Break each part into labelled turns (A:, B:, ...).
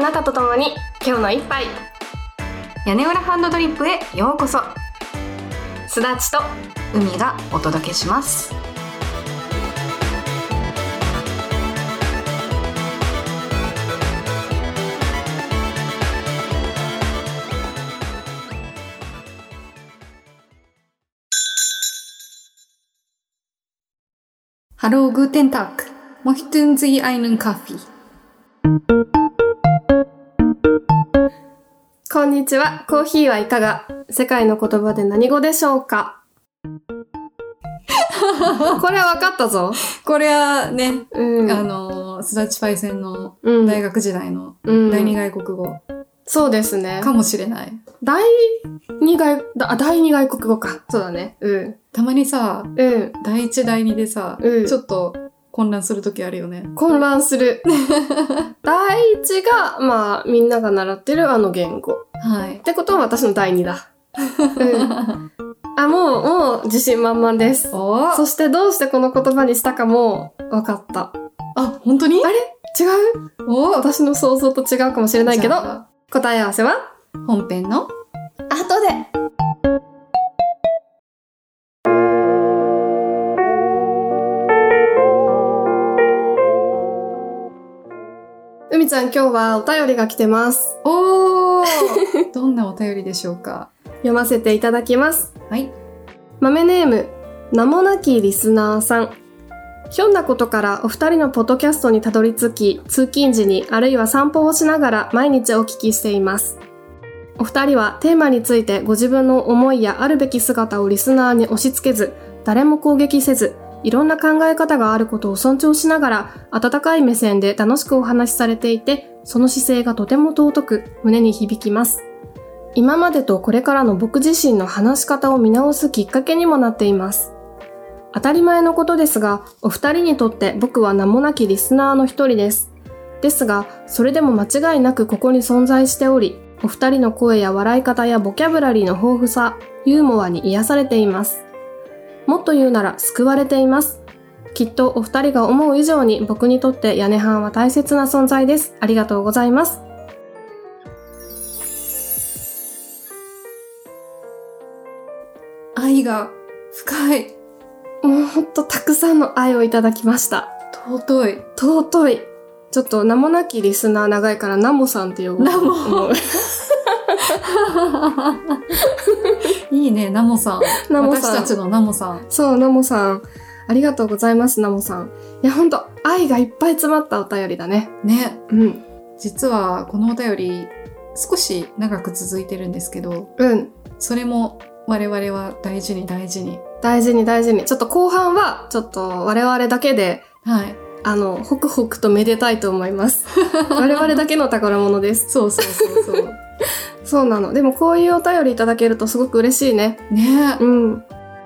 A: なたと共に今日の一杯
B: 屋根裏ハンドドリップへようこそ
A: すだちと
B: 海がお届けしますハローグーテンタックモヒトゥンズイアイヌンカフィ
A: こんにちはコーヒーはいかが世界の言葉で何語でしょう かこれ分かったぞ
B: これはね、
A: うん
B: あのースダチパイセンの
A: うん
B: 大学時代の
A: うん
B: 第二外国語
A: そうですね
B: かもしれない、
A: 第二外だあ第二外国語かそうだねうん
B: たまにさ
A: うん
B: 第一第二でさ、
A: うん
B: ちょっと混乱する時あるよね
A: 混乱す る第一がまあみんなが習ってるあの言語
B: はい
A: ってことは私の第2だ。うんあ、もう、もう自信満々です。
B: お
A: そしてどうしてこの言葉にしたかも分かった。
B: あ本当に
A: あれ違う
B: お
A: 私の想像と違うかもしれないけ
B: じ
A: ど、
B: ゃあ
A: 答え合わせは
B: 本編の
A: 後で海ちゃん今日はお便りが来てます。
B: お ーどんなお便りでしょうか
A: 読ませていただきます。
B: はい
A: 豆ネーム名もなきリスナーさんひょんなことからお二人のポッドキャストにたどり着き通勤時にあるいは散歩をしながら毎日お聞きしていますお二人はテーマについてご自分の思いやあるべき姿をリスナーに押し付けず誰も攻撃せずいろんな考え方があることを尊重しながら温かい目線で楽しくお話しされていてその姿勢がとても尊く胸に響きます今までとこれからの僕自身の話し方を見直すきっかけにもなっています。当たり前のことですが、お二人にとって僕は名もなきリスナーの一人です。ですが、それでも間違いなくここに存在しており、お二人の声や笑い方やボキャブラリーの豊富さ、ユーモアに癒されています。もっと言うなら救われています。きっとお二人が思う以上に僕にとって屋根班は大切な存在です。ありがとうございます。
B: 愛が深い
A: もうほんとたくさんの愛をいただきました。
B: 尊い
A: 尊い。ちょっと名もなきリスナー長いからナモさんって呼ぼう。
B: ナモ
A: モ。
B: いいねナモさん
A: ナモさん
B: 私たちのナモさん
A: そう、ナモさん。ありがとうございます、ナモさん。いや、ほんと、愛がいっぱい詰まったお便りだね。
B: ね
A: うん。
B: 実はこのお便り少し長く続いてるんですけど
A: うん。
B: それも我々は大事に大事に
A: 大事に大事に。ちょっと後半は、ちょっと我々だけで、
B: はい
A: あの、ホクホクとめでたいと思い ます。我々だけの宝物です。
B: そうそうそうそう
A: そうなの。でもこういうお便りいただけるとすごく嬉しいね。
B: ねえ
A: うん。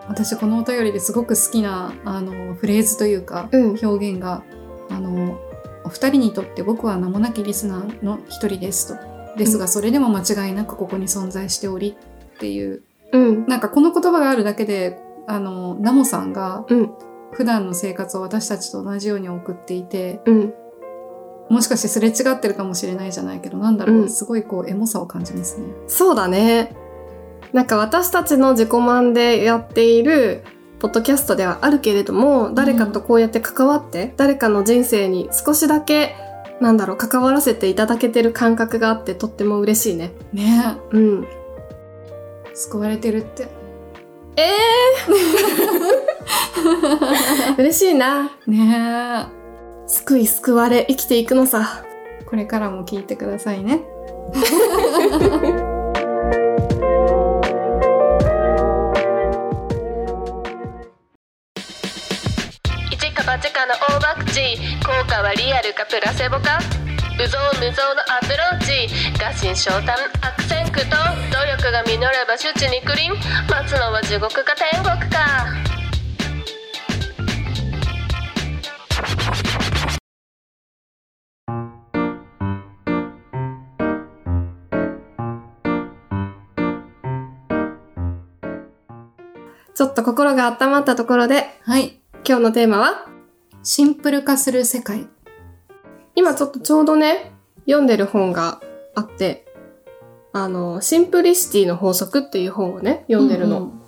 B: 私このお便りですごく好きなあのフレーズというか、
A: うん
B: 表現があの「お二人にとって僕は名もなきリスナーの一人です」と「ですがそれでも間違いなくここに存在しており」っていう
A: うん。
B: なんかこの言葉があるだけであのナモさんが
A: うん
B: 普段の生活を私たちと同じように送っていて
A: うん。
B: もしかしてすれ違ってるかもしれないじゃないけどなんだろう、
A: うん
B: すごいこうエモさを感じますね。
A: そうだね。なんか私たちの自己満でやっているポッドキャストではあるけれども、誰かとこうやって関わって、誰かの人生に少しだけ、なんだろう、関わらせていただけてる感覚があってとっても嬉しいね。
B: ね
A: うん。
B: え救われてるって
A: ええー、 嬉しいな。
B: ね
A: 救い救われ、生きていくのさ。
B: えこれからも聞いてくださいね。
C: 一か八かの大ワクチン効果はリアルかプラセボか無造無造のアプローチ合心昇胆悪戦苦闘努力が実れば周知にクリン待つのは地獄か天国か
A: ちょっと心が温まったところで、
B: はい
A: 今日のテーマは
B: シンプル化する世界。
A: 今ちょっとちょうどね、読んでる本があって、あの、シンプリシティの法則っていう本をね、読んでるの。
B: ううん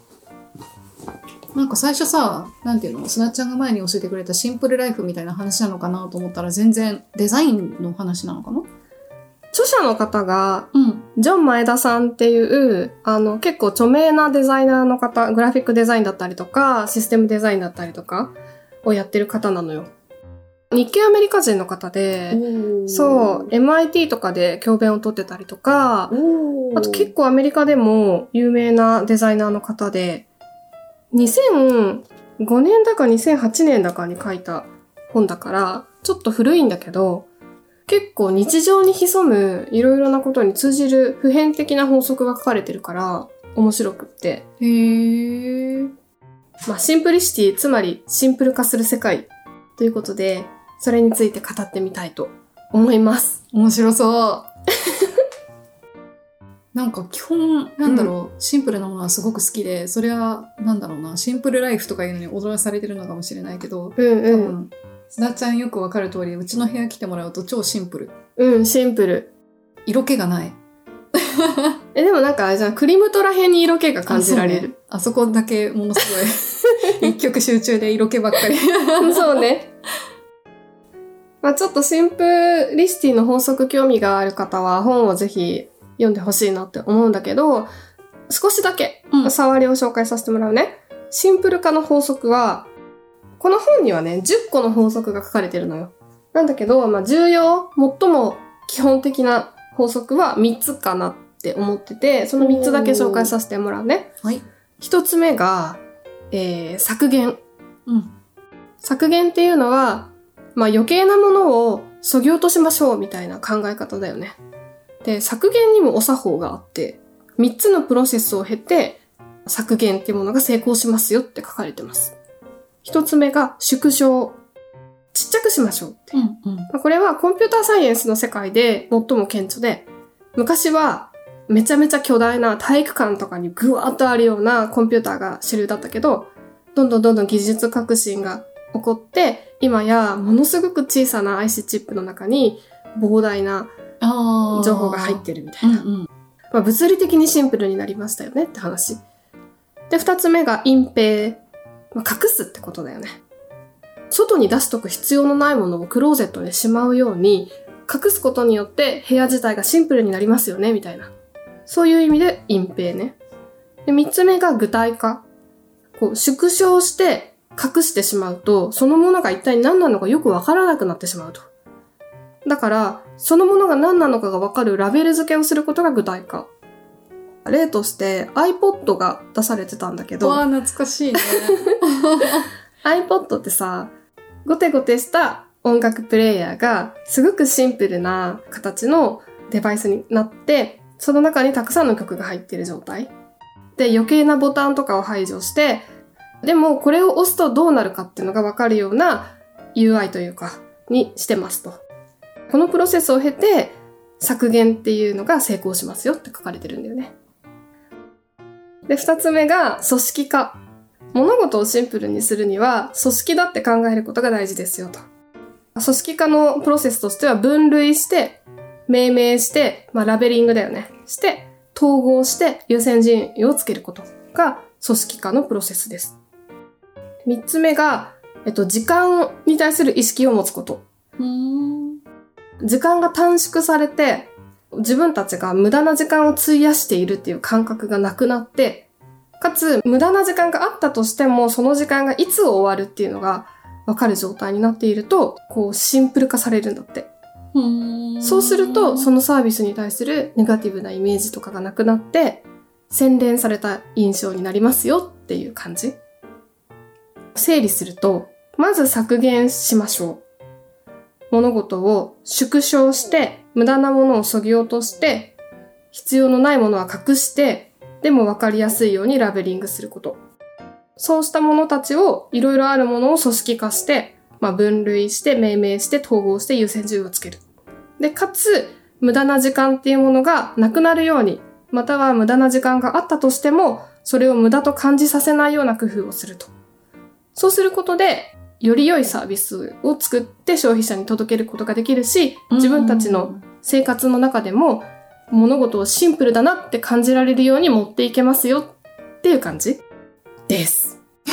B: なんか最初さ、なんていうの、すなっちゃんが前に教えてくれたシンプルライフみたいな話なのかなと思ったら、全然デザインの話なのかな
A: 著者の方が、
B: うん。
A: ジョン前田さんっていう、あの、結構著名なデザイナーの方、グラフィックデザインだったりとか、システムデザインだったりとか、をやってる方なのよ。日系アメリカ人の方で、そう、MIT とかで教鞭を取ってたりとか、
B: おー
A: あと結構アメリカでも有名なデザイナーの方で、2005年だか2008年だかに書いた本だから、ちょっと古いんだけど、結構日常に潜むいろいろなことに通じる普遍的な法則が書かれてるから、面白くって。
B: へー。
A: まあ、シンプリシティ、つまりシンプル化する世界ということで、それについて語ってみたいと思います。
B: 面白そう。 なんか基本、なんだろう、シンプルなものはすごく好きで、それは、なんだろうな、シンプルライフとかいうのに踊らされてるのかもしれないけど、
A: うん
B: 多
A: うん。
B: 分、すなっちゃんよくわかる通り、うちの部屋来てもらうと超シンプル。
A: うん、シンプル。
B: 色気がない。
A: え、でもなんかあれじゃん、クリムトラ編に色気が感じられる。
B: あそうねあそこだけものす ごい一曲集中で色気ばっかり
A: そうね。まあちょっとシンプリシティの法則興味がある方は本をぜひ読んでほしいなって思うんだけど、少しだけ
B: うん
A: 触りを紹介させてもらうね。シンプル化の法則は、この本にはね、10個の法則が書かれてるのよ。なんだけど、まあ重要、最も基本的な法則は3つかなって思ってて、その3つだけ紹介させてもらうね。
B: はい、
A: 1つ目が、えー削減。
B: うん、
A: 削減っていうのは、まあ、余計なものを削ぎ落としましょうみたいな考え方だよね。で、削減にもお作法があって、3つのプロセスを経て、削減っていうものが成功しますよって書かれてます。1つ目が縮小。ちっちゃくしま しょうって
B: うんうん
A: まあこれはコンピューターサイエンスの世界で最も顕著で、昔はめちゃめちゃ巨大な体育館とかにぐわっとあるようなコンピューターが主流だったけど、どんどんどんどん技術革新が起こって、今やものすごく小さな IC チップの中に膨大な
B: あ
A: 情報が入っててるみた
B: う
A: い
B: ん
A: な。
B: うん
A: まあ、物理的にシンプルになりましたよねって話。で、二つ目が隠蔽。まあ、隠すってことだよね。外に出しとく必要のないものをクローゼットでしまうように、隠すことによって部屋自体がシンプルになりますよね、みたいな。そういう意味で隠蔽ね。で、三つ目が具体化。こう、縮小して隠してしまうと、そのものが一体何なのかよくわからなくなってしまうと。だから、そのものが何なのかがわかるラベル付けをすることが具体化。例として iPod が出されてたんだけど、
B: わあ懐か しいね
A: iPod ってさ、ゴテゴテした音楽プレイヤーがすごくシンプルな形のデバイスになって、その中にたくさんの曲が入ってる状態。で、余計なボタンとかを排除して、でもこれを押すとどうなるかっていうのがわかるような UI というか、にしてますと。このプロセスを経て、削減っていうのが成功しますよって書かれてるんだよね。で、二つ目が組織化。物事をシンプルにするには組織だって考えることが大事ですよと。組織化のプロセスとしては分類して、命名して、まあ、ラベリングだよね。して、統合して優先順位をつけることが組織化のプロセスです。三つ目が、えっと、時間に対する意識を持つこと。
B: うーん
A: 時間が短縮されて、自分たちが無駄な時間を費やしているっていう感覚がなくなって、かつ、無駄な時間があったとしても、その時間がいつ終わるっていうのが分かる状態になっていると、こう、シンプル化されるんだって。
B: うーん
A: そうすると、そのサービスに対するネガティブなイメージとかがなくなって、洗練された印象になりますよっていう感じ。整理すると、まず削減しましょう。物事を縮小して、無駄なものを削ぎ落として、必要のないものは隠して、でも分かりやすいようにラベリングすること。そうしたものたちを、いろいろあるものを組織化して、まあ、分類して、命名して、統合して優先順位をつける。で、かつ、無駄な時間っていうものがなくなるように、または無駄な時間があったとしても、それを無駄と感じさせないような工夫をすると。そうすることで、より良いサービスを作って消費者に届けることができるし、自分たちの生活の中でも物事をシンプルだなって感じられるように持っていけますよっていう感じです。
B: で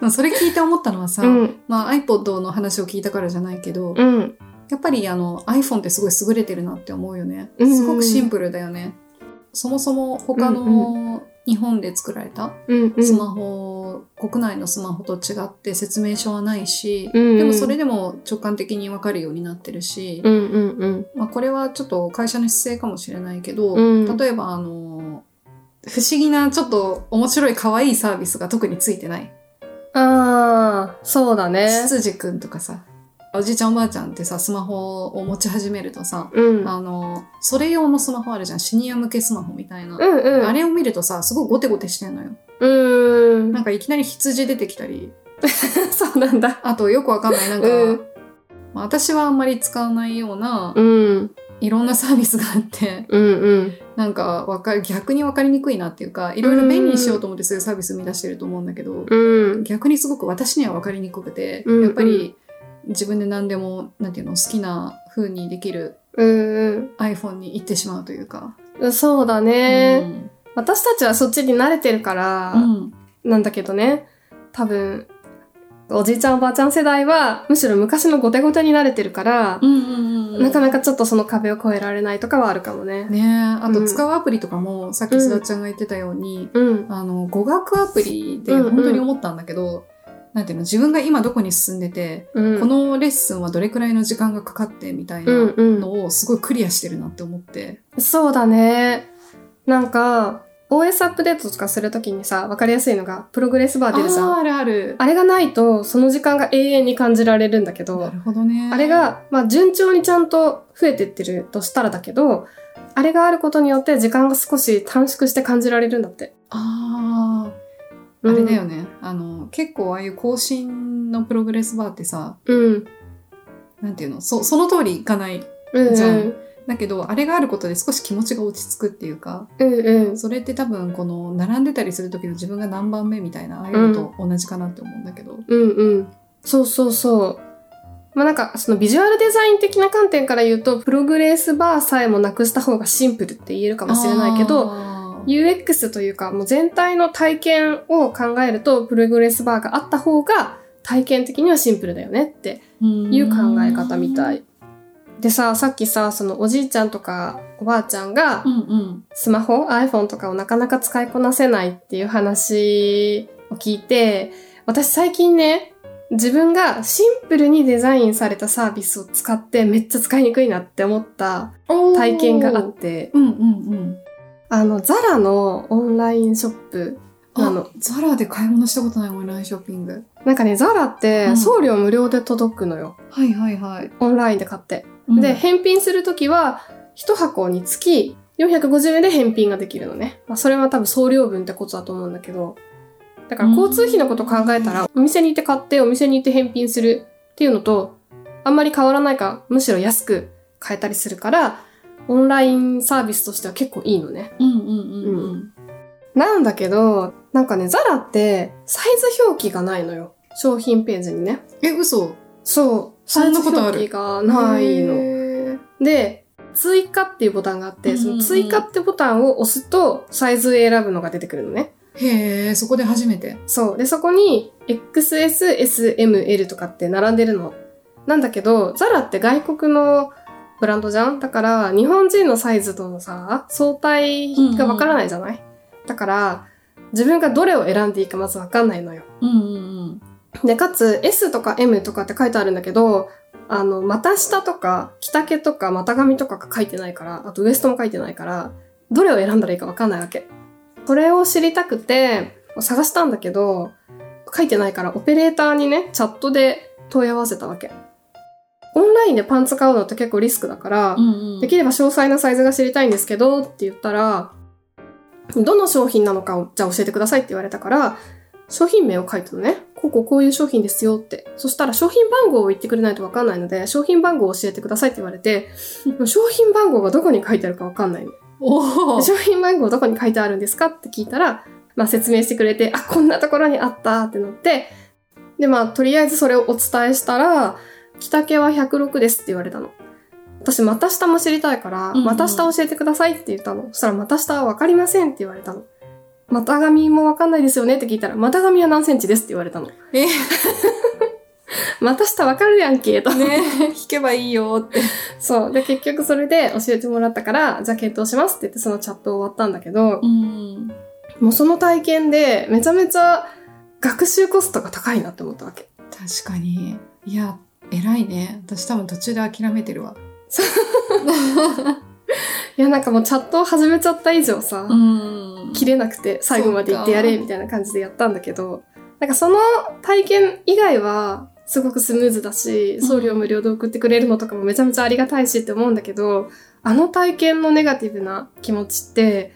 B: もそれ聞いて思ったのはさ、
A: うん、
B: まあ、iPod の話を聞いたからじゃないけど、
A: うん、
B: やっぱりあの iPhone ってすごい優れてるなって思うよね。
A: うん
B: すごくシンプルだよね。そもそも他の日本で作られた
A: うん、うん。
B: スマホ、国内のスマホと違って説明書はないし、
A: うんうん
B: でもそれでも直感的にわかるようになってるし、
A: うん、うん、うん。
B: まあ、これはちょっと会社の姿勢かもしれないけど、
A: うん
B: 例えばあの不思議なちょっと面白い可愛いサービスが特についてない。
A: ああ、そうだね。
B: 執事くんとかさおじいちゃんおばあちゃんってさスマホを持ち始めるとさ、
A: うん。
B: あのそれ用のスマホあるじゃんシニア向けスマホみたいな、
A: うん、うん。
B: あれを見るとさすごいゴテゴテしてんのよ
A: うーん
B: な。んかいきなり羊出てきたり
A: そうなんだ。
B: あとよくわかんないなんか、
A: うん
B: まあ私はあんまり使わないような、
A: うん、
B: いろんなサービスがあって
A: うん、うん。
B: なんかわかる逆に分かりにくいなっていうかいろいろ便利にしようと思ってそういうサービス生み出してると思うんだけど、
A: うん、
B: 逆にすごく私には分かりにくくて、
A: うん
B: やっぱり自分で何でもなんていうの好きな風にできる
A: うん、
B: iPhone に行ってしまうというか、
A: うん。そうだね。私たちはそっちに慣れてるから、
B: うんうん
A: なんだけどね。多分、おじいちゃんおばあちゃん世代は、むしろ昔のゴテゴテに慣れてるから
B: う、んうんうん
A: なかなかちょっとその壁を越えられないとかはあるかもね。
B: ねえあ
A: う
B: と
A: ん
B: 使うアプリとかも、さっき須田ちゃんが言ってたように、
A: うん。
B: あの語学アプリで
A: うんうん
B: 本当に思ったんだけど、なんていうの自分が今どこに進んでて、
A: うん。
B: このレッスンはどれくらいの時間がかかってみたいな
A: うんうん
B: のをすごいクリアしてるなって思って。
A: そうだね。なんか、OS アップデートとかするときにさ、わかりやすいのが、プログレスバー出るじゃ
B: あー
A: ん。
B: あるある。
A: あれがないと、その時間が永遠に感じられるんだけ
B: な
A: ど、
B: るほどね。
A: あれが、まあ、順調にちゃんと増えてってるとしたらだけど、あれがあることによって時間が少し短縮して感じられるんだって。
B: ああ、あれだよね。あの、結構ああいう更新のプログレスバーってさ、
A: うん。
B: なんていうの、そその通りいかない。
A: うん。
B: じゃ
A: うん
B: ん。だけど、あれがあることで少し気持ちが落ち着くっていうか、
A: うん。
B: それって多分この、並んでたりする時の自分が何番目みたいな、ああいうのと同じかなって思うんだけど。
A: うんうん。そうそうそう。まあなんか、そのビジュアルデザイン的な観点から言うと、プログレスバーさえもなくした方がシンプルって言えるかもしれないけど、
B: あー
A: UX というか、もう全体の体験を考えると、プログレスバーがあった方が、体験的にはシンプルだよねっていう考え方みた。い。でさ、さっきさ、そのおじいちゃんとかおばあちゃんが
B: う、んうん。
A: スマホ、iPhone とかをなかなか使いこなせないっていう話を聞いて、私最近ね、自分がシンプルにデザインされたサービスを使ってめっちゃ使いにくいなって思った体験があって、
B: うんうんうん。
A: あの、ザラのオンラインショップ。あの
B: あの、ザラで買い物したことないオンラインショッピング。
A: なんかね、ザラっ
B: う
A: て
B: ん
A: 送料無料で届くのよ。
B: はいはいはい。
A: オンラインで買って。
B: うん
A: で、、返品するときは、一箱につき450円で返品ができるのね。まあ、それは多分送料分ってことだと思うんだけど。だから交通費のこと考えたら、お店に行って買って、お店に行って返品するっていうのと、あんまり変わらないか、むしろ安く買えたりするから、オンラインサービスとしては結構いいのね。
B: うんうんうんうん。
A: なんだけど、なんかね、ザラってサイズ表記がないのよ。商品ページにね。
B: え、嘘
A: そう。
B: そんなことある
A: サイズ表記がないの。
B: の。
A: で、追加っていうボタンがあって、
B: うんうん
A: そ
B: うん
A: の追加ってボタンを押すと、サイズ選ぶのが出てくるのね。
B: へえ、そこで初めて。
A: そう。で、そこに、XS、SM、L とかって並んでるの。なんだけど、ザラって外国のブランドじゃんだから、日本人のサイズとのさ、相対がわからないじゃない、だから、自分がどれを選んでいいかまずわかんないのよ。
B: うんうん
A: で、かつ S とか M とかって書いてあるんだけど、あの、股下とか、着丈とか、股上とかが書いてないから、あとウエストも書いてないから、どれを選んだらいいかわかんないわけ。これを知りたくて、探したんだけど、書いてないから、オペレーターにね、チャットで問い合わせたわけ。オンラインでパンツ買うのって結構リスクだから、
B: うん。うんうん
A: できれば詳細なサイズが知りたいんですけどって言ったら、どの商品なのかをじゃあ教えてくださいって言われたから、商品名を書いたのね。こうこうこういう商品ですよって。そしたら商品番号を言ってくれないとわかんないので、商品番号を教えてくださいって言われ て、商品番号がどこに書いてあるかわかんないの。
B: お
A: で
B: お。
A: 商品番号どこに書いてあるんですかって聞いたら、まあ説明してくれて、あ、こんなところにあったってなって、でまあとりあえずそれをお伝えしたら、着丈は106ですって言われたの。私、股下も知りたいから、
B: うんうん
A: 股下教えてくださいって言ったの。そしたら、股下はわかりませんって言われたの。股上もわかんないですよねって聞いたら、股上は何センチですって言われたの。
B: え
A: 股下わかるやんけ、と。
B: ねえ、弾けばいいよって。
A: そう。で、結局それで教えてもらったから、じゃあ検討しますって言って、そのチャット終わったんだけど、
B: うん。
A: もうその体験で、めちゃめちゃ学習コストが高いなって思ったわけ。
B: 確かに。いや、偉いね。私多分途中で諦めてるわ。
A: いや、なんかもうチャットを始めちゃった以上さ、
B: ん
A: 切れなくて最後まで行ってや
B: そ
A: れ
B: うか
A: みたいな感じでやったんだけど、なんかその体験以外はすごくスムーズだし、送料無料で送ってくれるのとかもめちゃめちゃありがたいしって思うんだけど、あの体験のネガティブな気持ちって、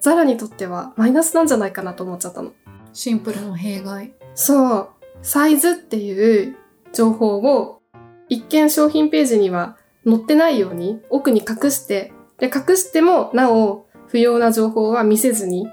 A: ザラにとってはマイナスなんじゃないかなと思っちゃったの。
B: シンプルの弊害。
A: そう。サイズっていう情報を一見商品ページには載ってないように奥に隠して、で、隠してもなお不要な情報は見せずに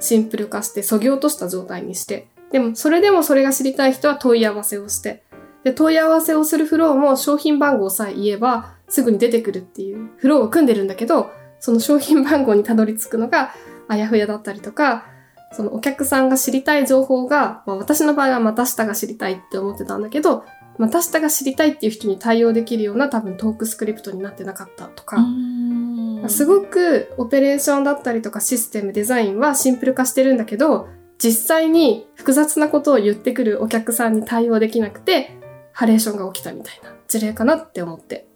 A: シンプル化して削ぎ落とした状態にして、でもそれでもそれが知りたい人は問い合わせをして、で、問い合わせをするフローも商品番号さえ言えばすぐに出てくるっていうフローを組んでるんだけど、その商品番号にたどり着くのがあやふやだったりとか、そのお客さんが知りたい情報が、まあ、私の場合は股下が知りたいって思ってたんだけど、股下が知りたいっていう人に対応できるような多分トークスクリプトになってなかったとか、
B: ん
A: すごくオペレーションだったりとかシステムデザインはシンプル化してるんだけど、実際に複雑なことを言ってくるお客さんに対応できなくて、ハレーションが起きたみたいな事例かなって思って。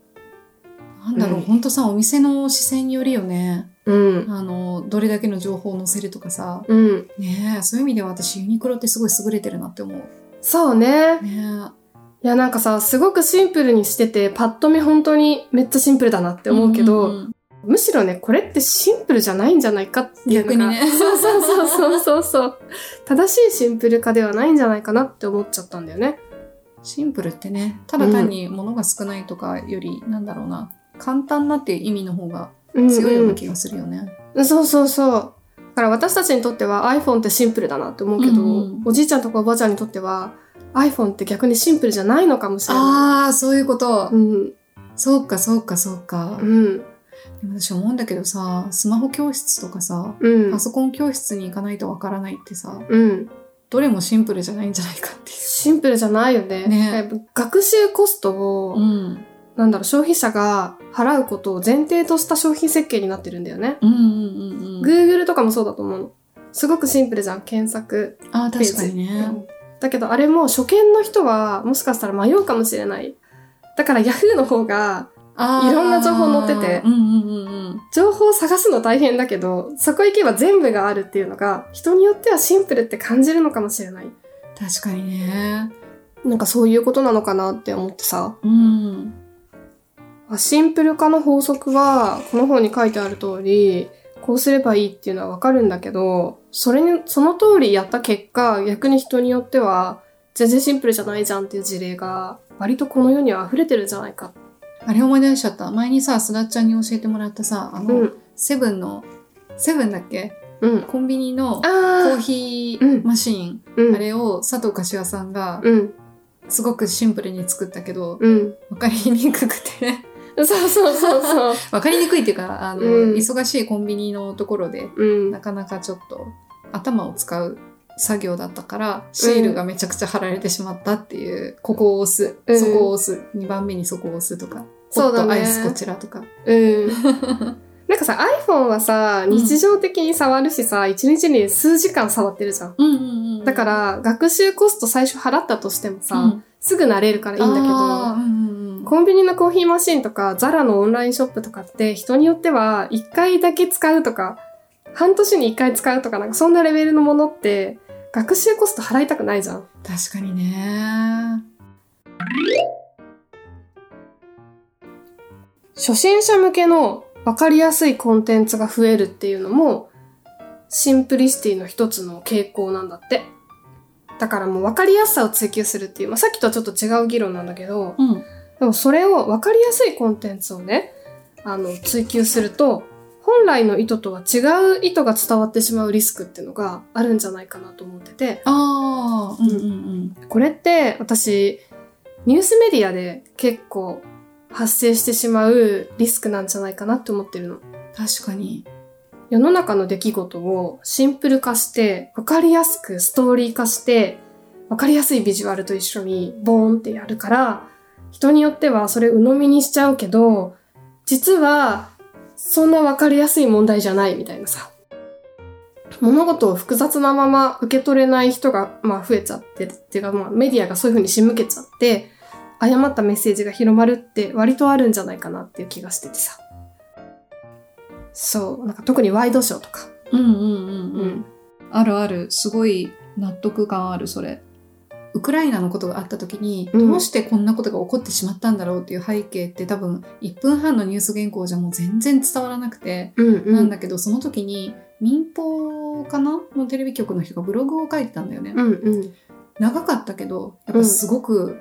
B: なんだろう、
A: うん
B: ほんとさ、お店の視線によるよね。
A: うん。
B: あの、どれだけの情報を載せるとかさ。
A: うん。
B: ねえ、そういう意味では私ユニクロってすごい優れてるなって思う。
A: そうね。
B: ね
A: いやなんかさ、すごくシンプルにしてて、パッと見本当にめっちゃシンプルだなって
B: え。
A: 思うけど、
B: んん
A: むしろね、これってシンプルじゃないんじゃないかっていうのが。
B: 逆にね
A: そうそうそうそうそうそう。正しいシンプル化ではないんじゃないかなって思っちゃったんだよね。
B: シンプルってね、ただ単に物が少ないとかより、なんだろうな、簡単なっていう意味の方が強いような気がするよね。
A: うんそうそうそう。だから私たちにとっては iPhone ってシンプルだなって思うけど、
B: うんうん
A: おじいちゃんとかおばあちゃんにとっては iPhone って逆にシンプルじゃないのかもしれな
B: ああ、そういうこと
A: い。う。ん。
B: そうか、そうか、そうか
A: う。ん。
B: でも私思うんだけどさ、スマホ教室とかさ、
A: うん
B: パ。ソコン教室に行かないとわからないってさ、
A: うん。
B: どれもシンプルじゃないんじゃないかってい
A: シンプルじゃないよね。
B: ね
A: やっぱ学習コストを、
B: う。うん。
A: なんだろう、消費者が払うことを前提とした商品設計になってるんだよね。
B: うんうんうんうん。
A: Google とかもそうだと思うの。すごくシンプルじゃん、検索。
B: ああ、
A: ページ
B: 確かに
A: う
B: ね。
A: んだけど、あれも初見の人は、もしかしたら迷うかもしれない。だから Yahoo の方が、
B: あー
A: いろんな情報載ってて
B: うんうんうんうん。
A: 情報を探すの大変だけど、そこ行けば全部があるっていうのが、人によってはシンプルって感じるのかもしれない。
B: 確かにね。
A: なんかそういうことなのかなって思ってさ。
B: うん。
A: あシンプル化の法則は、この本に書いてある通り、こうすればいいっていうのはわかるんだけど、それに、その通りやった結果、逆に人によっては、全然シンプルじゃないじゃんっていう事例が、割とこの世には溢れてるんじゃないか。
B: あれ思い出しちゃった。前にさ、すだっちゃんに教えてもらったさ、あ
A: う
B: の、
A: ん。
B: セブンの、セブンだっけ
A: うん。
B: コンビニの
A: あ
B: コー
A: あ
B: ヒ
A: う
B: ー
A: ん
B: マシーン、
A: うん
B: あれを佐藤柏さんが
A: うん。
B: すごくシンプルに作ったけど、
A: うん。
B: わかりにくくて、
A: そうそうそうそう。
B: わかりにくいっていうか、あの、
A: うん
B: 忙しいコンビニのところで、
A: うん
B: な。かなかちょっと頭を使う作業だったから、シールがめちゃくちゃ貼られてしまったっていう、ここを押す、
A: うん
B: そこを押す、2番目にそこを押すとか、
A: そうだね
B: ホットアイスこちらとか。
A: うん。なんかさ、iPhone はさ、日常的に触るしさ、一日に数時間触ってるじゃん。
B: うんうんうん
A: だか、ら、学習コスト最初払ったとしてもさ、
B: うん
A: すぐ慣れるからいいんだけど、
B: あーうんうんうん
A: コンビニのコーヒーマシンとか、ザラのオンラインショップとかって、人によっては、1回だけ使うとか、半年に1回使うとか、なんかそんなレベルのものって、学習コスト払いたくないじゃん。
B: 確かにね。
A: 初心者向けの分かりやすいコンテンツが増えるっていうのも、シンプリシティの一つの傾向なんだって。だからもう分かりやすさを追求するっていう、まあ、さっきとはちょっと違う議論なんだけど、
B: うん。
A: でもそれを分かりやすいコンテンツをね、あの、追求すると、本来の意図とは違う意図が伝わってしまうリスクっていうのがあるんじゃないかなと思ってて、
B: ああ、うんうんうん。
A: これって私、ニュースメディアで結構発生してしまうリスクなんじゃないかなって思ってるの。
B: 確かに。
A: 世の中の出来事をシンプル化して、わかりやすくストーリー化して、わかりやすいビジュアルと一緒にボーンってやるから、人によってはそれ鵜呑みにしちゃうけど、実はそんなわかりやすい問題じゃないみたいなさ。物事を複雑なまま受け取れない人が、まあ、増えちゃってっていうか、まあ、メディアがそういう風に仕向けちゃって、誤ったメッセージが広まるって割とあるんじゃないかなっていう気がしててさ。そう。なんか特にワイドショーとか。
B: うんうんうん
A: う
B: うん。
A: ん。
B: あるある。すごい納得感ある、それ。ウクライナのことがあった時に、
A: うん
B: どうしてこんなことが起こってしまったんだろうっていう背景って多分1分半のニュース原稿じゃもう全然伝わらなくて、
A: うん、う
B: なんだけどその時に民放かなのテレビ局の人がブログを書いてたんだよね、
A: うんうん。
B: 長かったけどやっぱすごく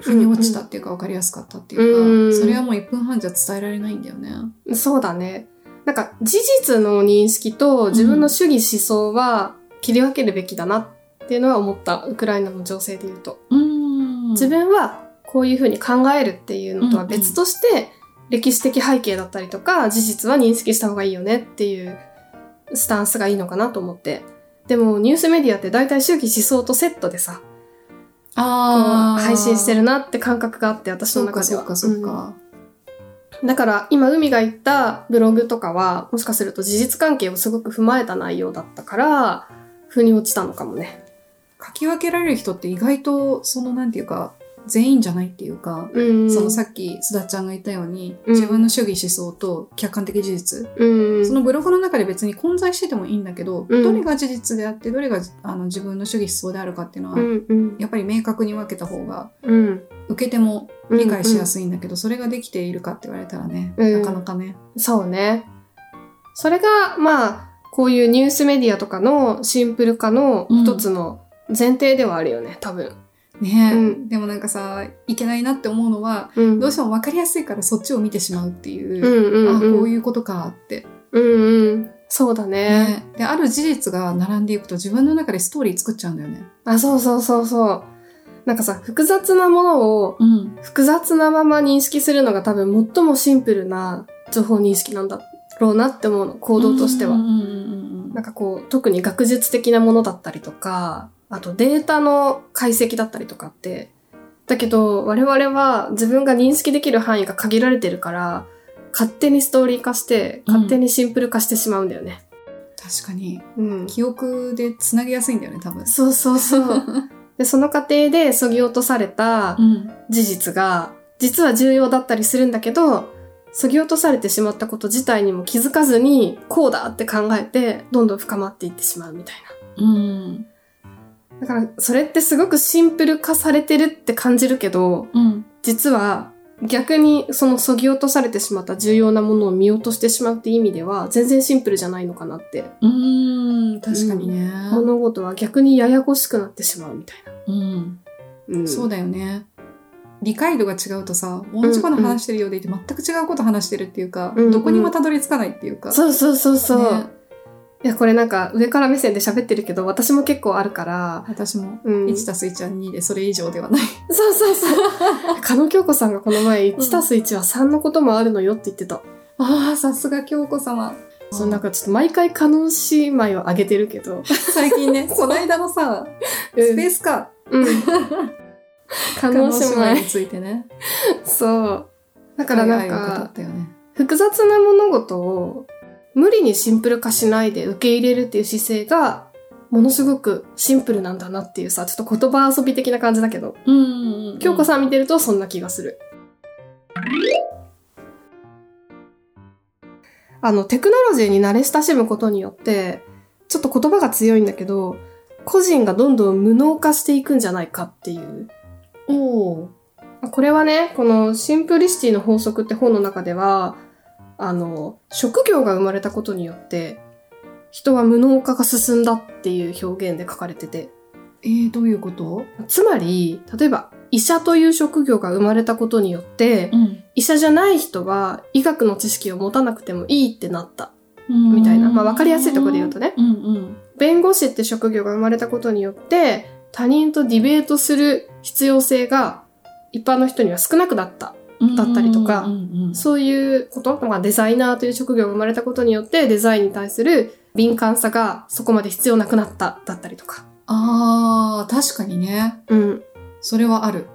B: 腑に落ちたっていうか分かりやすかったっていうか、
A: うん
B: それはもう1分半じゃ伝えられないんだよね
A: そうだね。なんか事実の認識と自分の主義思想は切り分けるべきだなっていうのは思った。ウクライナの情勢で言うと。
B: うん
A: 自分はこういうふうに考えるっていうのとは別として、歴史的背景だったりとか事実は認識した方がいいよねっていうスタンスがいいのかなと思って。でもニュースメディアって大体主義思想とセットでさ、こう
B: あー
A: 配信してるなって感覚があって私の
B: そう
A: 中
B: か
A: で
B: そ
A: は。
B: うかそう
A: うん
B: か、
A: だから今海が言ったブログとかはもしかすると事実関係をすごく踏まえた内容だったから腑に落ちたのかもね。
B: 書き分けられる人って意外とそのなんていうか全員じゃないっていうか、
A: うん
B: そのさっき須田ちゃんが言ったように、
A: うん
B: 自分の主義思想と客観的事実、
A: うん
B: そのブログの中で別に混在しててもいいんだけど、
A: うん
B: どれが事実であってどれがあの自分の主義思想であるかっていうのは、
A: うんうん
B: やっぱり明確に分けた方が
A: うん
B: 受け手も理解しや
A: い、
B: すいんだけど、それができているかって言われたらね、
A: うん
B: なかなかね。
A: うんそうね。それがまあこういうニュースメディアとかのシンプル化の一つの前提ではあるよね多分。
B: ねえ、
A: うん
B: でもなんかさいけないなって思うのは
A: うん
B: どうしても分かりやすいからそっちを見てしまうっていう、
A: うんうんうん
B: あこういうことかって、
A: うんうんそうだね。
B: ねえである事実が並んでいくと自分の中でストーリー作っちゃうんだよね。
A: あそうそうそうそう。なんかさ複雑なものを
B: うん、
A: 複雑なまま認識するのが多分最もシンプルな情報認識なんだろうなって思うの行動として
B: うん
A: は。
B: うんうんうん
A: なんかこう特に学術的なものだったりとかあとデータの解析だったりとかってだけど我々は自分が認識できる範囲が限られてるから勝手にストーリー化して
B: うん
A: 勝手にシンプル化してしまうんだよね。
B: 確かに
A: うん、
B: 記憶でつなげやすいんだよね多分。
A: そうそう そう。でその過程でそぎ落とされた
B: うん
A: 事実が実は重要だったりするんだけどそぎ落とされてしまったこと自体にも気づかずにこうだって考えてどんどん深まっていってしまうみたい
B: うん
A: なだからそれってすごくシンプル化されてるって感じるけど
B: うん
A: 実は逆にそのそぎ落とされてしまった重要なものを見落としてしまうって意味では全然シンプルじゃないのかなって
B: うん確かにね。
A: 物事は逆にややこしくなってしまうみたいな、
B: うん
A: うん
B: そうだよね。理解度が違うとさ、同じこと話してるようでいて、全く違うこと話してるっていうか、
A: うんうん
B: どこにもたどり着かないっていうか。
A: そうそうそうそう、
B: ね
A: いやこれなんか上から目線で喋ってるけど私も結構あるから
B: 私も、
A: うん
B: 1たす1は2で、それ以上ではない。
A: そうそう そう。加納京子さんがこの前、1たす1は3のこともあるのよって言ってた。
B: ああ、さすが京子様。
A: そう、なんかちょっと毎回加納姉妹を上げてるけ ど。
B: 最近ね、この間のさ、スペースカ
A: うん。 加
B: ー、
A: 納
B: 叶
A: 姉
B: 姉
A: 妹。
B: についてね、
A: そう。だからな
B: 海
A: ん
B: 外を語っ
A: か、
B: たよね。
A: 複雑な物事を無理にシンプル化しないで受け入れるっていう姿勢が、ものすごくシンプルなんだなっていうさ、ちょっと言葉遊び的な感じだけど、
B: うん
A: 京子
B: ん。
A: さん見てるとそんな気がする。あの、テクノロジーに慣れ親しむことによって、ちょっと言葉が強いんだけど、個人がどんどん無能化していくんじゃないかっていう。
B: おー
A: これはね、このシンプリシティの法則って本の中では、あの、職業が生まれたことによって、人は無能化が進んだっていう表現で書かれてて、
B: えー、どういうこと
A: つまり、例えば医者という職業が生まれたことによって、
B: ん。
A: 医者じゃない人は医学の知識を持たなくてもいいってなったみたいな、まあ、分かりやすいところで言うとね
B: うんうん。
A: 弁護士って職業が生まれたことによって他人とディベートする必要性が一般の人には少なくなっただったりとか
B: うんうんうんうん
A: そういうこと、まあ、デザイナーという職業が生まれたことによってデザインに対する敏感さがそこまで必要なくなっただったりとか。
B: ああ、確かにね。
A: うん。
B: それはあ る。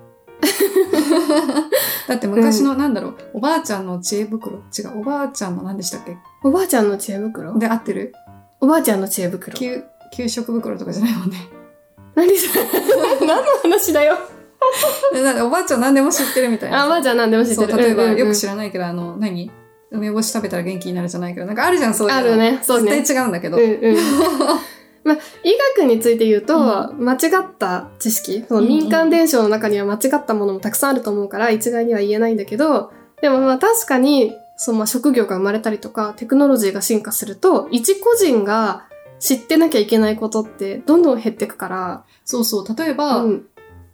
B: だって昔の、なんだろう、おばあちゃんの知恵袋違う、おばあちゃんの何でしたっけ
A: おばあちゃんの知恵袋
B: で合ってる
A: おばあちゃんの知恵袋。
B: 給給食袋とかじゃないもんね。
A: 何そ れ何の話だよ。
B: でだっておばあちゃん何でも知ってるみたいな。
A: あ、おばあちゃん何でも知ってる。
B: そう、例えば、
A: うんうんうん
B: よく知らないけど、あの、何梅干し食べたら元気になるじゃないけど、なんかあるじゃん、そういうの
A: ある。ね。そうね。
B: 絶対違うんだけど。
A: うん うん。まあ、医学について言うと、
B: う
A: 間違った知識、その
B: うんうん
A: 民間伝承の中には間違ったものもたくさんあると思うから、一概には言えないんだけど、でもまあ確かに、そのまあ職業が生まれたりとか、テクノロジーが進化すると、一個人が知ってなきゃいけないことってどんどん減ってくから、
B: そうそう、例えば、
A: うん、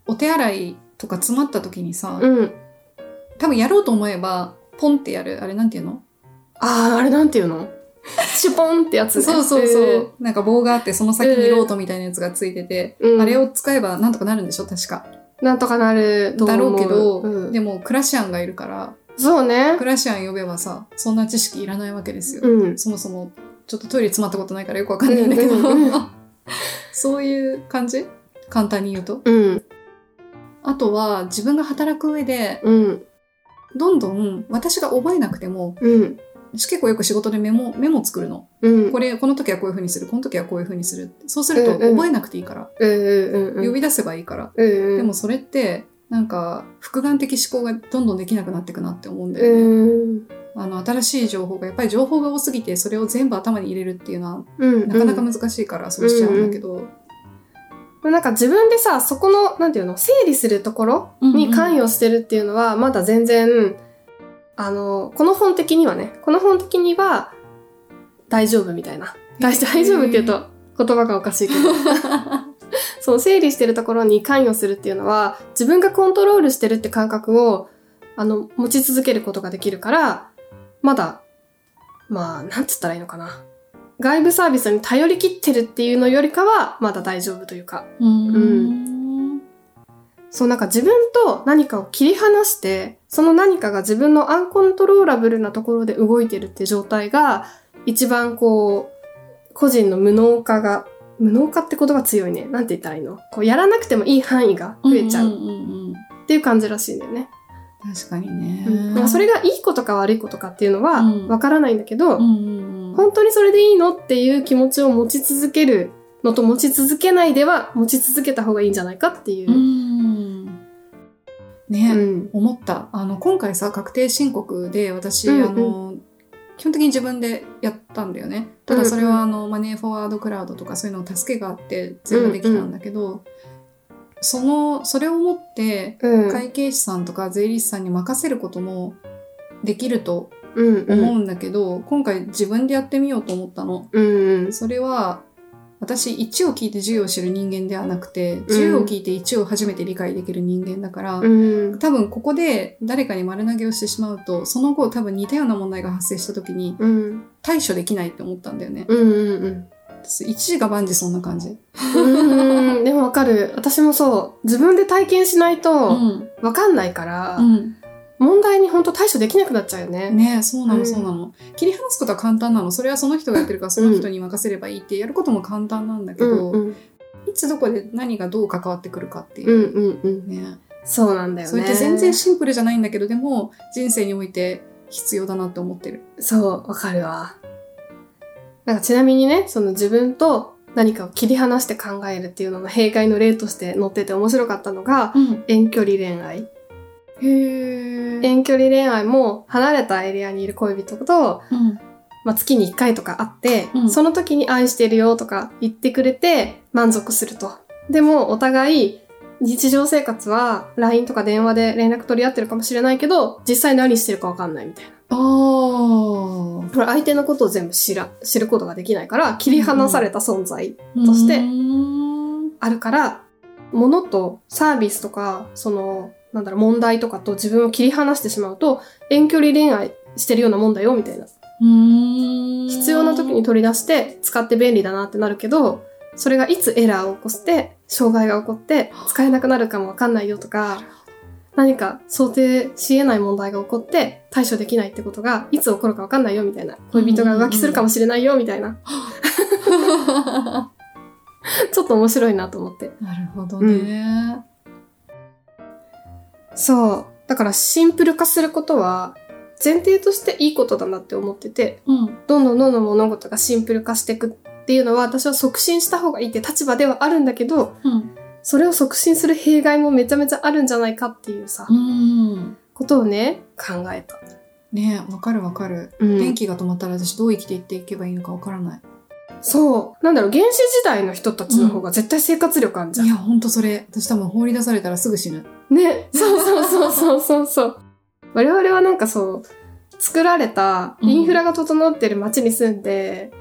B: お手洗いとか詰まった時にさ、
A: うん。
B: 多分やろうと思えば、ポンってやる、あれなんていうの
A: ああ、あれなんていう のシュポンってやつ
B: そ
A: ね。
B: うそうそう、
A: え
B: なんか棒があって、その先にロートみたいなやつがついてて、
A: ーうん
B: あれを使えばなんとかなるんでしょ確か。
A: なんとかなると思
B: だ
A: う。
B: ろうけど、
A: うん
B: でもクラシアンがいるから、
A: そうね
B: ク。ラシアン呼べばさ、そんな知識いらないわけですよ。
A: うん。
B: そもそも、ちょっとトイレ詰まったことないからよくわかんないんだけど
A: うんうんう、
B: そういう感じ簡単に言うと。
A: うん。
B: あとは、自分が働く上で、
A: うん。
B: どんどん私が覚えなくても、
A: うん。
B: 私結構よく仕事でメモ、メモ作るの。
A: うん。
B: これ、この時はこういう風にする、この時はこういう風にする。そうすると
A: うんうん
B: 覚えなくていいから、
A: うんうんうんうん。
B: 呼び出せばいいから。
A: うんうん、
B: でもそれって、なんか、複眼的思考がどんどんできなくなっていくなって思うんだよね。
A: うん、
B: あの、新しい情報が、やっぱり情報が多すぎて、それを全部頭に入れるっていうのは、
A: うん、
B: なかなか難しいから、そうしちゃうんだけど。
A: なんか自分でさそこのなんていうの整理するところに関与してるっていうのはまだ全然あのこの本的にはねこの本的には大丈夫みたいな大大丈夫って言うと言葉がおかしいけどその整理してるところに関与するっていうのは自分がコントロールしてるって感覚をあの持ち続けることができるからまだまあなんつったらいいのかな外部サービスに頼り切ってるっていうのよりかはまだ大丈夫というか
B: うん
A: うそうなんか自分と何かを切り離してその何かが自分のアンコントローラブルなところで動いてるって状態が一番こう個人の無能化が無能化って言葉強いねなんて言ったらいいのこうやらなくてもいい範囲が増えちゃ
B: ん
A: ううん
B: うんうん
A: っていう感じらしいんだよね。
B: 確かにね。
A: うんまあそれがいいことか悪いことかっていうのは
B: うん
A: わからないんだけど、
B: うんうんうん
A: 本当にそれでいいのっていう気持ちを持ち続けるのと持ち続けないでは持ち続けた方がいいんじゃないかっていうう。
B: んね、
A: うん
B: 思ったあの今回さ確定申告で私、
A: うんうん
B: あの基本的に自分でやったんだよねただそれは、あのマネーフォワードクラウドとかそういうの助けがあって全部できたんだけど、そのそれをもって
A: うん
B: 会計士さんとか税理士さんに任せることもできると
A: うんうん
B: 思うんだけど、今回自分でやってみようと思ったの。
A: うん
B: それは私1を聞いて10を知る人間ではなくて10を聞いて1を初めて理解できる人間だから、
A: うん
B: 多分ここで誰かに丸投げをしてしまうとその後多分似たような問題が発生した時に
A: うん
B: 対処できないって思ったんだよね。
A: うんうん
B: 1が万事そんな感じ。
A: うんでもわかる私もそう自分で体験しないうと
B: ん
A: わかんないから、
B: うん
A: 問題に本当対処できなくなっちゃうよね
B: ねえそうな
A: う
B: の
A: ん
B: そうなの。切り離すことは簡単なのそれはその人がやってるからその人に任せればいいってやることも簡単なんだけ
A: う
B: ど、
A: んうん
B: いつどこで何がどう関わってくるかっていうう。
A: んうんうん
B: ね
A: そうなんだよね
B: それって全然シンプルじゃないんだけどでも人生において必要だなって思ってる。
A: そうわかるわなんかちなみにねその自分と何かを切り離して考えるっていうのの弊害の例として載ってて面白かったのが
B: うん、
A: 遠距離恋愛
B: へえ。
A: 遠距離恋愛も離れたエリアにいる恋人と
B: うん
A: まあ、月に1回とかあって、
B: うん
A: その時に愛してるよとか言ってくれて満足すると。でもお互い日常生活は LINE とか電話で連絡取り合ってるかもしれないけど、実際何してるかわかんないみたいな。
B: ああ。
A: これ相手のことを全部知ら、知ることができないから、切り離された存在
B: と
A: して
B: うーん
A: あるから、物とサービスとか、その、なんだろう、問題とかと自分を切り離してしまうと、遠距離恋愛してるようなもんだよ、みたいな。必
B: 必
A: 要な時に取り出して使って便利だなってなるけどそれがいつエラーを起こして障害が起こって使えなくなるかもわかんないよとか何か想定し得ない問題が起こって対処できないってことがいつ起こるか分かんないよみたいな恋人が浮気するかもしれないよみたいなちょっと面白いなと思って
B: なるほどね。
A: そうだからシンプル化することは前提としていいことだなって思ってて
B: うん。
A: どんどんどんどん物事がシンプル化していくっていうのは私は促進した方がいいって立場ではあるんだけど
B: うん。
A: それを促進する弊害もめちゃめちゃあるんじゃないかっていうさ、
B: うん。
A: ことをね考えた、
B: ねわかるわかる。電気が止まったら私どう生きていっていけばいいのかわからない。
A: そうなんだろう原始時代の人たちの方が絶対生活力あるじゃん
B: い、や、ほんとそれ。私多分放り出されたらすぐ死ぬ。
A: ね、そうそうそうそうそうそう。我々はなんかそう、作られたインフラが整ってる街に住んで、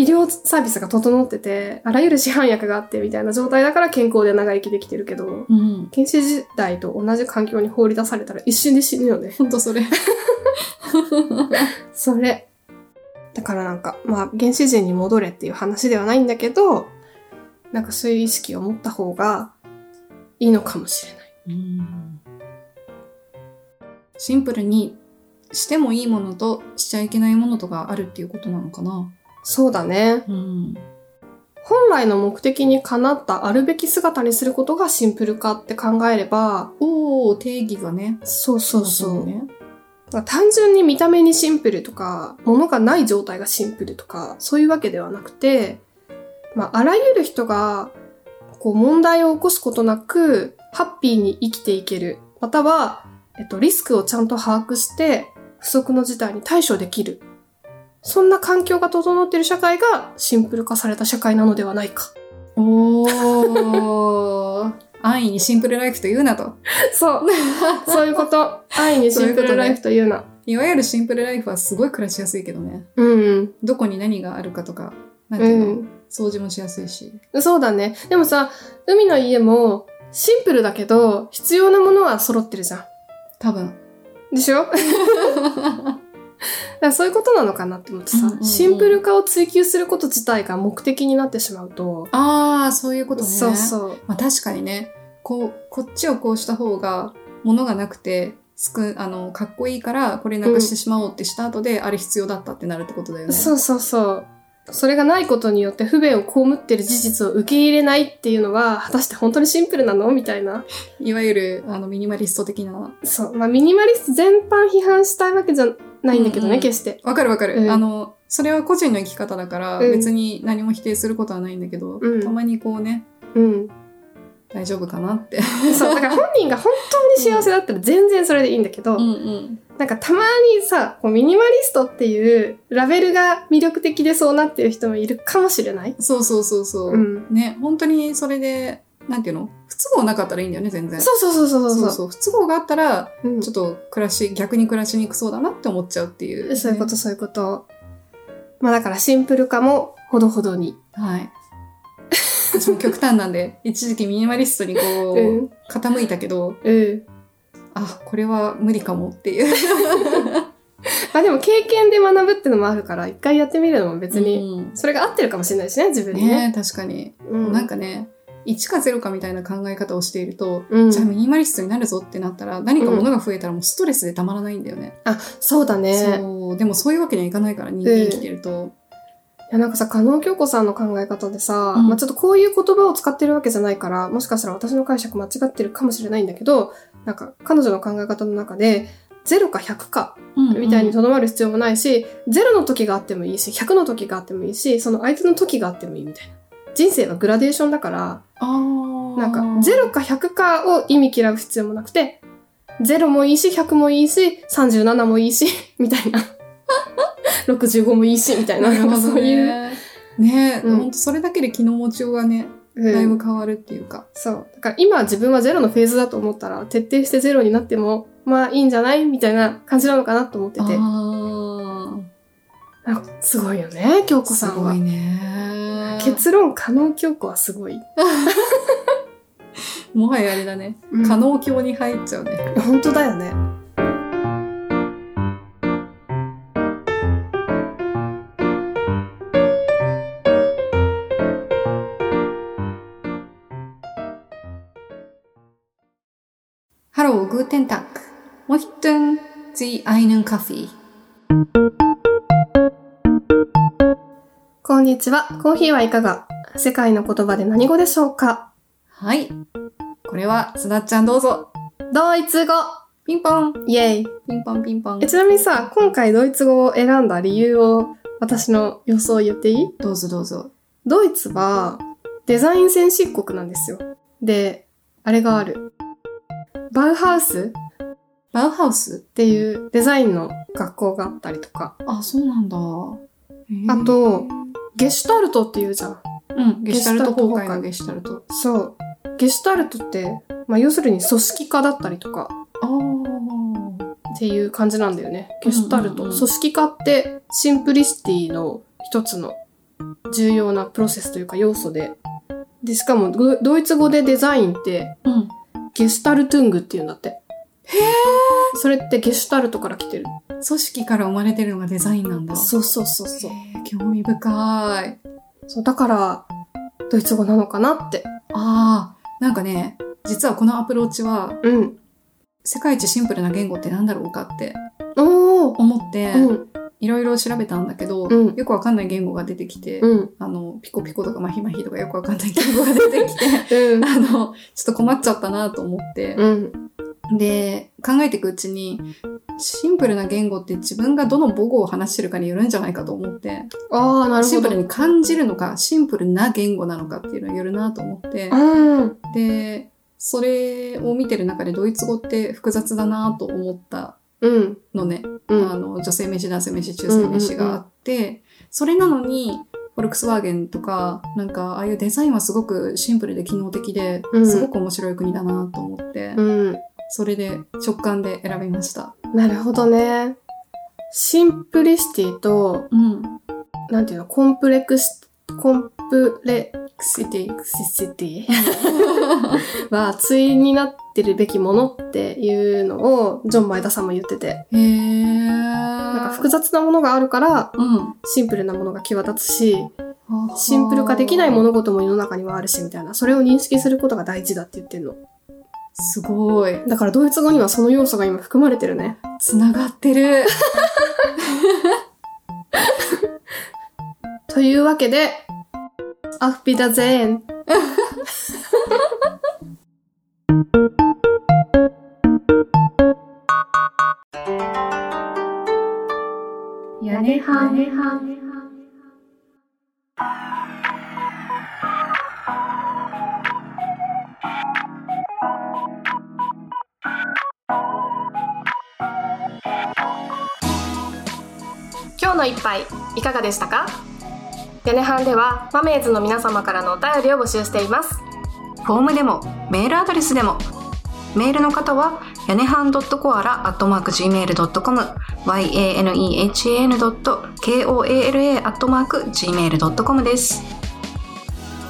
A: 医療サービスが整ってて、あらゆる市販薬があってみたいな状態だから健康で長生きできてるけど、
B: うん。
A: 原始時代と同じ環境に放り出されたら一瞬で死ぬよね。
B: ほんとそれ。
A: それ。だからなんか、まあ原始人に戻れっていう話ではないんだけど、なんかそういう意識を持った方がいいのかもしれない。
B: うんシンプルにしてもいいものとしちゃいけないものとかあるっていうことなのかな。
A: そうだね。
B: うん。
A: 本来の目的にかなったあるべき姿にすることがシンプル化って考えれば、
B: おー、定義がね。
A: そうそうそう。
B: ね。
A: だから単純に見た目にシンプルとか、物がない状態がシンプルとか、そういうわけではなくて、まあ、あらゆる人が、こう、問題を起こすことなく、ハッピーに生きていける。または、えっと、リスクをちゃんと把握して、不測の事態に対処できる。そんな環境が整っている社会がシンプル化された社会なのではないか。
B: お ー。安易にシンプルライフと言うなと。
A: そう。そういうこと。愛にシンプルライフという な。
B: いわゆるシンプルライフはすごい暮らしやすいけどね。
A: うん。
B: どこに何があるかとか、なんていううの、
A: ん。
B: 掃除もしやすいし。
A: そうだね。でもさ、海の家もシンプルだけど、必要なものは揃ってるじゃ
B: 多分。
A: ん。でし ょだからそういうことなのかなって思ってさ、
B: うんうんうん
A: シンプル化を追求すること自体が目的になってしまうと、
B: ああ、そういうことね。
A: そうそう。
B: まあ確かにね、こう、こっちをこうした方が、物がなくて、すく、あの、かっこいいから、これなくしてしまおうってした後で、あれ必要だったってなるってことだよね。
A: そうそうそう。それがないことによって不便を被ってる事実を受け入れないっていうのは、果たして本当にシンプルなのみたいな。
B: いわゆる、あの、ミニマリスト的な。
A: そう。まあ、ミニマリスト全般批判したいわけじゃないんだけどね、
B: うんうん
A: 決して。
B: わかるわかる、
A: うん
B: あの、それは個人の生き方だから、
A: うん
B: 別に何も否定することはないんだけど、
A: うん
B: たまにこうね、
A: うん。
B: 大丈夫かなって。
A: そう。だから本人が本当に幸せだったら全然それでいいんだけど、
B: うんうん。
A: なんかたまにさ、こうミニマリストっていうラベルが魅力的でそうなってる人もいるかもしれない。
B: そうそうそうそう。
A: うん。
B: ね、本当にそれで、なんていうの不都合なかったらいいんだよね、全然。
A: そうそうそうそうそう。
B: そうそう不都合があったら、
A: うん
B: ちょっと暮らし、逆に暮らしにくそうだなって思っちゃうっていう。
A: そういうこと、そういうこと。まあだからシンプル化もほどほどに。
B: はい。私も極端なんで、 一時期ミニマリストにこう、
A: うん。
B: 傾いたけど、
A: うん。
B: あ、これは無理かもっていう。
A: まあでも経験で学ぶってのもあるから、一回やってみるのも別に、それが合ってるかもしれないしね、自
B: う
A: 分
B: ん
A: にね。
B: ね確かに。
A: うん。
B: なんかね、1か0かみたいな考え方をしていると、
A: うん
B: じゃあミニマリストになるぞってなったら、何か物が増えたらもうストレスでたまらないんだよね。
A: あ、そうだね。
B: そう。でもそういうわけにはいかないから、人間生きてると。
A: いやなんかさ、加納京子さんの考え方でさ、
B: うん
A: まあちょっとこういう言葉を使ってるわけじゃないから、もしかしたら私の解釈間違ってるかもしれないんだけど、なんか彼女の考え方の中で、0か100か
B: うんうん
A: みたいにとどまる必要もないし、0の時があってもいいし、100の時があってもいいし、その相手の時があってもいいみたいな。人生はグラデーションだから、
B: あー
A: なんか0か100かを意味嫌う必要もなくて、0もいいし、100もいいし、37もいいし、みたい な。65もいいし、みたいな。
B: なるほ
A: なんか
B: ど
A: そういう。
B: ね。ね
A: うん
B: ほんとそれだけで気の持ちようがね、
A: うん
B: だいぶ変わるっていうか。
A: そう。だから今自分はゼロのフェーズだと思ったら、徹底してゼロになっても、まあいいんじゃないみたいな感じなのかなと思って
B: あ
A: て。
B: ー
A: なんかすごいよね、京子
B: す
A: さん
B: ご。
A: はい
B: ね。
A: 結論、可能京子はすごい。
B: もはやあれだね。可能教に入っちゃうね。
A: 本当だよね。
B: Hallo, guten Tag. Möchten Sie einen Kaffee?
A: こんにちは。コーヒーはいかが世界の言葉で何語でしょうか
B: はい。これは、すだっちゃんどうぞ。
A: ドイツ語
B: ピンポン、
A: イェイ
B: ピンポンピンポン
A: え。ちなみにさ、今回ドイツ語を選んだ理由を私の予想を言っていい
B: どうぞどうぞ。
A: ドイツはデザイン先進国なんですよ。で、あれがある。バウハウス
B: バウハウス
A: っていうデザインの学校があったりとか、
B: あ、そうなんだ。
A: あと、ゲシュタルトっていうじゃん。
B: うん、ゲシュタルト公開の
A: ゲ
B: ゲシュタルト。
A: そう。ゲシュタルトって、まあ要するに組織化だったりとか
B: ああ。
A: っていう感じなんだよね。ゲシュタルト。
B: うんうんうん
A: 組織化ってシンプリシティの一つの重要なプロセスというか要素で。で、しかもドドイツ語でデザインって
B: うん。
A: ゲシュタルトゥングっていうんだって。へえ。それってゲシュタルトから来てる。
B: 組織から生まれてるのがデザインなんだ。
A: そうそうそうそう。
B: へー興味深い。
A: そう、だから、ドイツ語なのかなって。
B: ああ、なんかね、実はこのアプローチは、
A: うん。
B: 世界一シンプルな言語ってなんだろうかって
A: おー。
B: 思って、
A: うん。
B: いろいろ調べたんだけど、
A: うん
B: よくわかんない言語が出てきて、
A: うん。
B: あの、ピコピコとかマヒマヒとかよくわかんない言語が出てきて、
A: うん。
B: あの、ちょっと困っちゃったなと思って、
A: うん。
B: で、考えていくうちに、シンプルな言語って自分がどの母語を話してるかによるんじゃないかと思って、
A: ああ、なる
B: シ
A: ほ
B: ンプル
A: ど。
B: に感じるのか、シンプルな言語なのかっていうのによるなと思って、
A: うん。
B: で、それを見てる中でドイツ語って複雑だなと思った
A: うん。
B: のね。
A: うん
B: あ。の女性名詞、男性名詞、中性名詞があって、それなのに、フォルクスワーゲンとか、なんか、ああいうデザインはすごくシンプルで機能的で
A: う、ん
B: すごく面白い国だなと思って、
A: うん。
B: それで直感で選びました。
A: なるほどね。シンプリシティと、
B: うん。
A: なんていうの、コンプレクシ、コンプレ
B: クシティ。
A: クシシティは、対になってるべきものっていうのを、ジョン・前田さんも言ってて、
B: へー。な
A: なんか複雑なものがあるから、
B: うん。
A: シンプルなものが際立つし、
B: はは
A: シンプル化できない物事も世の中にはあるし、みたいな。それを認識することが大事だって言ってんの。
B: すごい。
A: だからドイツ語にはその要素が今含まれてるね。
B: つながってる。
A: というわけで、アフピダゼーン。
C: 屋根はねは
A: 今日の一杯いかがでしたか屋根班ではマメーズの皆様からのお便りを募集しています
D: フォームでもメールアドレスでもメールの方はやねはん .coala.gmail.com yanehan.koala.gmail.com です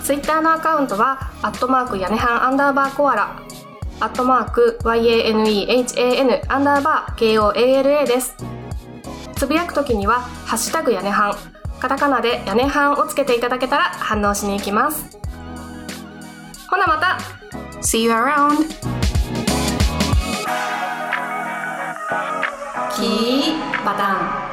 A: ツイッターのアカウントはアットマーク屋根班アンダーバーコアラアットマーク YANEHAN アンダーバー KOALA ですつぶやくときにはハッシュタグ屋根班カタカナで屋根班をつけていただけたら反応しに行きますほなまた
D: See you around! キーバタン